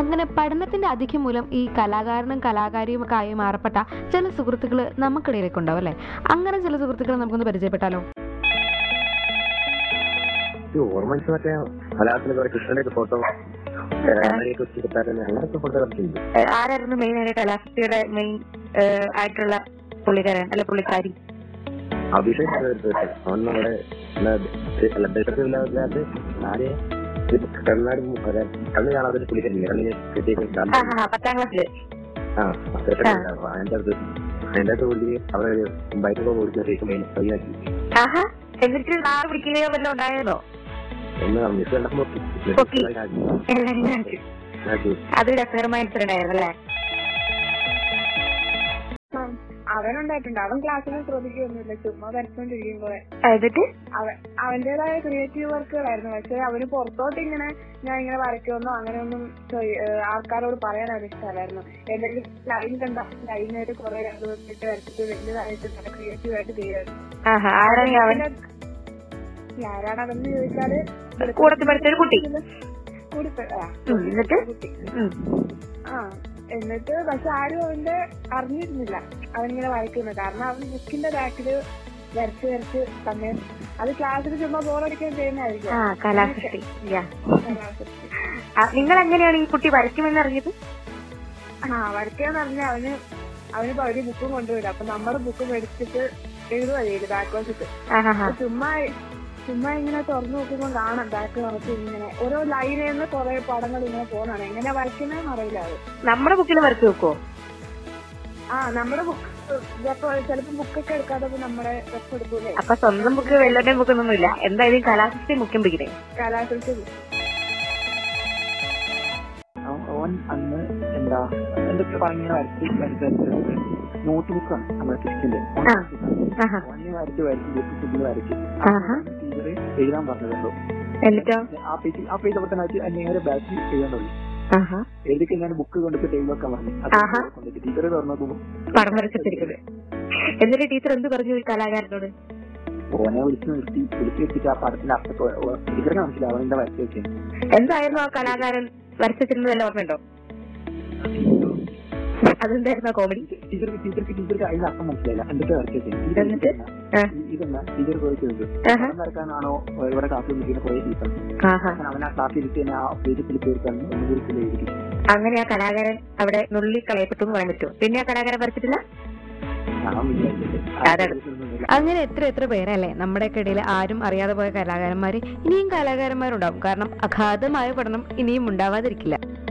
അങ്ങനെ പഠനത്തിന്റെ അധികം മൂലം ഈ കലാകാരനും കലാകാരിയുമൊക്കെ ആയി മാറപ്പെട്ട ചില സുഹൃത്തുക്കൾ നമുക്കിടയിലേക്ക് ഉണ്ടാവും അല്ലേ അങ്ങനെ ചില സുഹൃത്തുക്കളെ നമുക്കൊന്ന് പരിചയപ്പെട്ടാലോ ഈ ഓർമ്മയ്ക്ക് മറ്റേ കലാസിന് കുറെ കൃഷ്ണനൊക്കെ ഫോട്ടോ അങ്ങനെയൊക്കെ വെച്ചിട്ടായിരുന്നു അങ്ങനത്തെ ഫോട്ടോ കളിച്ചിട്ടുണ്ട് ഏഹ് ആരായിരുന്നു മെയിൻ ആയിട്ട് കലാസക്തിയുടെ മെയിൻ ആയിട്ടുള്ള പുള്ളിക്കാരൻ അല്ല പുള്ളിക്കാരി അഭിഷേക് എന്ന ഒരു person. അവൻ നമ്മുടെ എന്താ, അല്ല, ദേശത്തിൽ ഉള്ള അതിനകത്ത് ആരെ ഇത് കണ്ണാടി മു- അല്ല, കണ്ണ് കാണാതെ പുള്ളിക്കല്ലേ കണ്ണിന് കിട്ടിയ ആ ആ, ആ, പത്താം ക്ലാസ്സില് ആ അത്രയൊക്കെ ഉണ്ടാവും. അതിന്റെ അടുത്ത് അതിന്റെ അടുത്ത് പുള്ളി അവരെ ബൈക്ക് ഓടിക്കുന്ന ശേഷം അതിനെ കൈയാക്കി ആഹാ എന്നിട്ട് നാളെ പിടിക്കുകയോ വല്ലതും ഉണ്ടായിരുന്നോ ഒന്ന് മിസ് കണ്ടപ്പോ പൊട്ടി. പൊട്ടി. ആക്കി. എല്ലാം ഇല്ലാണ്ട്. ആക്കി. അതൊരു രസകരമായ ഇൻസിഡന്റ് ആയിരുന്നു അല്ലേ അവനുണ്ടായിട്ടുണ്ട് അവൻ ക്ലാസ്സിൽ ശ്രദ്ധിക്കൊന്നുമില്ല ചുമ്മാ വരച്ചോണ്ടിരിക്കുമ്പോ എന്നിട്ട് അവൻ അവന്റേതായ ക്രിയേറ്റീവ് വർക്കുകളായിരുന്നു പക്ഷെ അവന് പുറത്തോട്ട് ഇങ്ങനെ ഞാൻ ഇങ്ങനെ വരയ്ക്കുമെന്നോ അങ്ങനെയൊന്നും ചോയ്- ഏഹ് ആൾക്കാരോട് പറയാൻ അവന് ഇഷ്ടമല്ലായിരുന്നു എന്തെങ്കിലും ലൈൻ കണ്ട ലൈനായിട്ട് കുറെ ഇട്ട് വരച്ചിട്ട് വലിയതായിട്ട് നല്ല ക്രിയേറ്റീവ് ആയിട്ട് തീരായിരുന്നു ആഹാ ആരാണ് അവൻ ആരാണ് അതെന്ന് ചോദിച്ചാല് കൂടത്തിൽ പഠിച്ചൊരു കുട്ടി കൂടി- ആ, ഉം, എന്നിട്ട് കുട്ടി ഉം. ആ എന്നിട്ട് പക്ഷെ ആരും അവന്റെ അറിഞ്ഞിരുന്നില്ല അവനിങ്ങനെ വരയ്ക്കുന്നത് കാരണം അവൻ ബുക്കിന്റെ ബാക്കില് വരച്ച് വരച്ച് സമയം അത് ക്ലാസ്സിൽ ചുമ്മാ ബോറടിക്കാൻ ആ ചെയ്യുന്നതായിരിക്കും കലാസൃഷ്ടി Yeah. ആ, നിങ്ങൾ എങ്ങനെയാണ് ഈ കുട്ടി വരയ്ക്കുമെന്ന് അറിഞ്ഞത് ആ വരയ്ക്കാന്ന് പറഞ്ഞാൽ അവന് അവനിപ്പോ അവര് ബുക്കും കൊണ്ടുവരും അപ്പൊ നമ്മുടെ ബുക്ക് മേടിച്ചിട്ട് എഴുതുവായിരിക്കും ബാക്ക് വശത്ത് ആഹാ അപ്പൊ ചുമ്മാ ചുമ്മാ ഇങ്ങനെ തുറന്നു നോക്കുമ്പോൾ കാണാം ബാക്ക് നമുക്ക് ഇങ്ങനെ ഓരോ ലൈനിൽ നിന്ന് കുറെ പടങ്ങൾ ഇങ്ങനെ പോകുന്നതാണ് എങ്ങനെ വരയ്ക്കുന്നതെന്ന് അറിയില്ല അത് നമ്മുടെ ബുക്കിൽ വരച്ചു വെക്കുവോ ആ നമ്മുടെ ബുക്ക് ചിലപ്പോ ബുക്കൊക്കെ എടുക്കാതെ നമ്മുടെ ഡ്രസ് എടുക്കൂലേ അപ്പൊ സ്വന്തം ബുക്ക് വെല്ലോടെയും ബുക്കൊന്നുമില്ല എന്തായാലും കലാസൃഷ്ടി മുഖ്യം പിടിക്കണേ കലാസൃഷ്ടി അവൻ- അവൻ അന്ന് എന്താ എന്തൊക്കെ പറഞ്ഞ വരച്ച് വരച്ച് വരച്ച് വരച്ച് നോട്ട് ബുക്കാണ് നമ്മുടെ ക്രിസ്റ്റിന്റെ ആ. ആഹാ അവനെ വരച്ച് വരച്ച് ബുക്ക് ഫുഡ് വരച്ച് ആഹാ ടീച്ചർ എഴുതാൻ പറഞ്ഞതല്ലോ എന്നിട്ടോ ആ പേജ് ആ പേജ് അവിടെ തന്നെ വെച്ച് നേരെ ബാക്കി എഴുതാൻ തുടങ്ങി ആഹാ എഴുതിക്ക് ഞാൻ ബുക്ക് കൊണ്ടിട്ട് ടൈം വെക്കാൻ പറഞ്ഞു ആഹാ. ടീച്ചർ തുറന്നു പടം വരച്ചിട്ടിരിക്കുന്നത് എന്നിട്ട് ടീച്ചർ എന്ത് പറഞ്ഞു ഈ കലാകാരനോട് ഓനെ വിളിച്ച് നിർത്തി വിളിച്ച് വെച്ചിട്ട് ആ പടത്തിന്റെ അർത്ഥത്തെ ടീച്ചറിനെ മനസ്സിലാവും അവൻ എന്താ വരച്ച് വെക്കാൻ എന്തായിരുന്നു ആ കലാകാരൻ വരച്ചിരുന്നത് വല്ല ഓർമ്മയുണ്ടോ അതെന്തായിരുന്നു ആ കോമഡി ടീച്ചർക്ക് ടീച്ചർക്ക് ടീച്ചർക്ക് അതിന്റെ അർത്ഥം മനസ്സിലായില്ല എന്തൊക്കെ വരച്ച് വെക്കാൻ എന്നിട്ട്? ആ. ഇതെന്നാ ടീച്ചർ ചോദിക്കുന്നത് ആഹാ. പടം വരക്കാനാണോ ഇവിടെ ക്ലാസ്സിൽ നിൽക്കുന്ന കുറെ ടീച്ചർ ആഹാ അങ്ങനെ അവൻ ആ ക്ലാസ്സിൽ ഇരുത്തി ആ പേജത്തിൽ തീർക്കാൻ ഒന്നുകൂടി ഫില്ല് ചെയ്തിരിക്കും അങ്ങനെ ആ കലാകാരൻ അവിടെ നുള്ളി കളയപ്പെട്ടു എന്ന് പറയാൻ പറ്റുമോ പിന്നെ ആ കലാകാരൻ വരച്ചിട്ടില്ല ഞാൻ വിചാരിച്ചത് അതെ. ഒന്നുമില്ല. അങ്ങനെ എത്ര എത്ര പേരല്ലേ നമ്മുടെയൊക്കെ ഇടയിൽ ആരും അറിയാതെ പോയ കലാകാരന്മാർ ഇനിയും കലാകാരന്മാരുണ്ടാവും കാരണം അഗാധമായ പഠനം ഇനിയും ഉണ്ടാവാതിരിക്കില്ല